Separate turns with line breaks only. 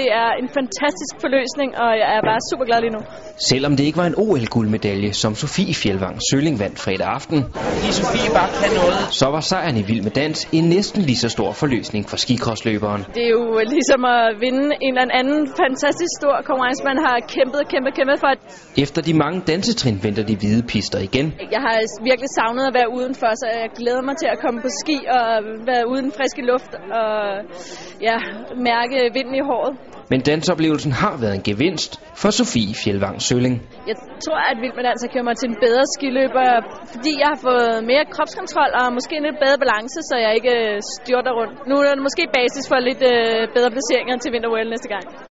Det er en fantastisk forløsning, og jeg er bare super glad lige nu.
Selvom det ikke var en OL-guldmedalje, som Sofie Fjeldvang Sølling vandt fredag aften,
Fordi Sofie bare kan noget.
så var sejren i Vild med Dans en næsten lige så stor forløsning for skikrossløberen.
Det er jo ligesom at vinde en eller anden fantastisk stor konkurrence, man har kæmpet, kæmpet, kæmpet for.
Efter de mange dansetrin venter de hvide pister igen.
Jeg har virkelig savnet at være udenfor, så jeg glæder mig til at komme på ski og være uden friske luft og ja, mærke vinden i håret.
Men dansoplevelsen har været en gevinst for Sofie Fjeldvang Sølling.
Jeg tror, at Vild med Dans har gjort mig til en bedre skiløber, fordi jeg har fået mere kropskontrol og måske en lidt bedre balance, så jeg ikke øh, styrter rundt. Nu er det måske basis for lidt øh, bedre placeringer til vinter-OL næste gang.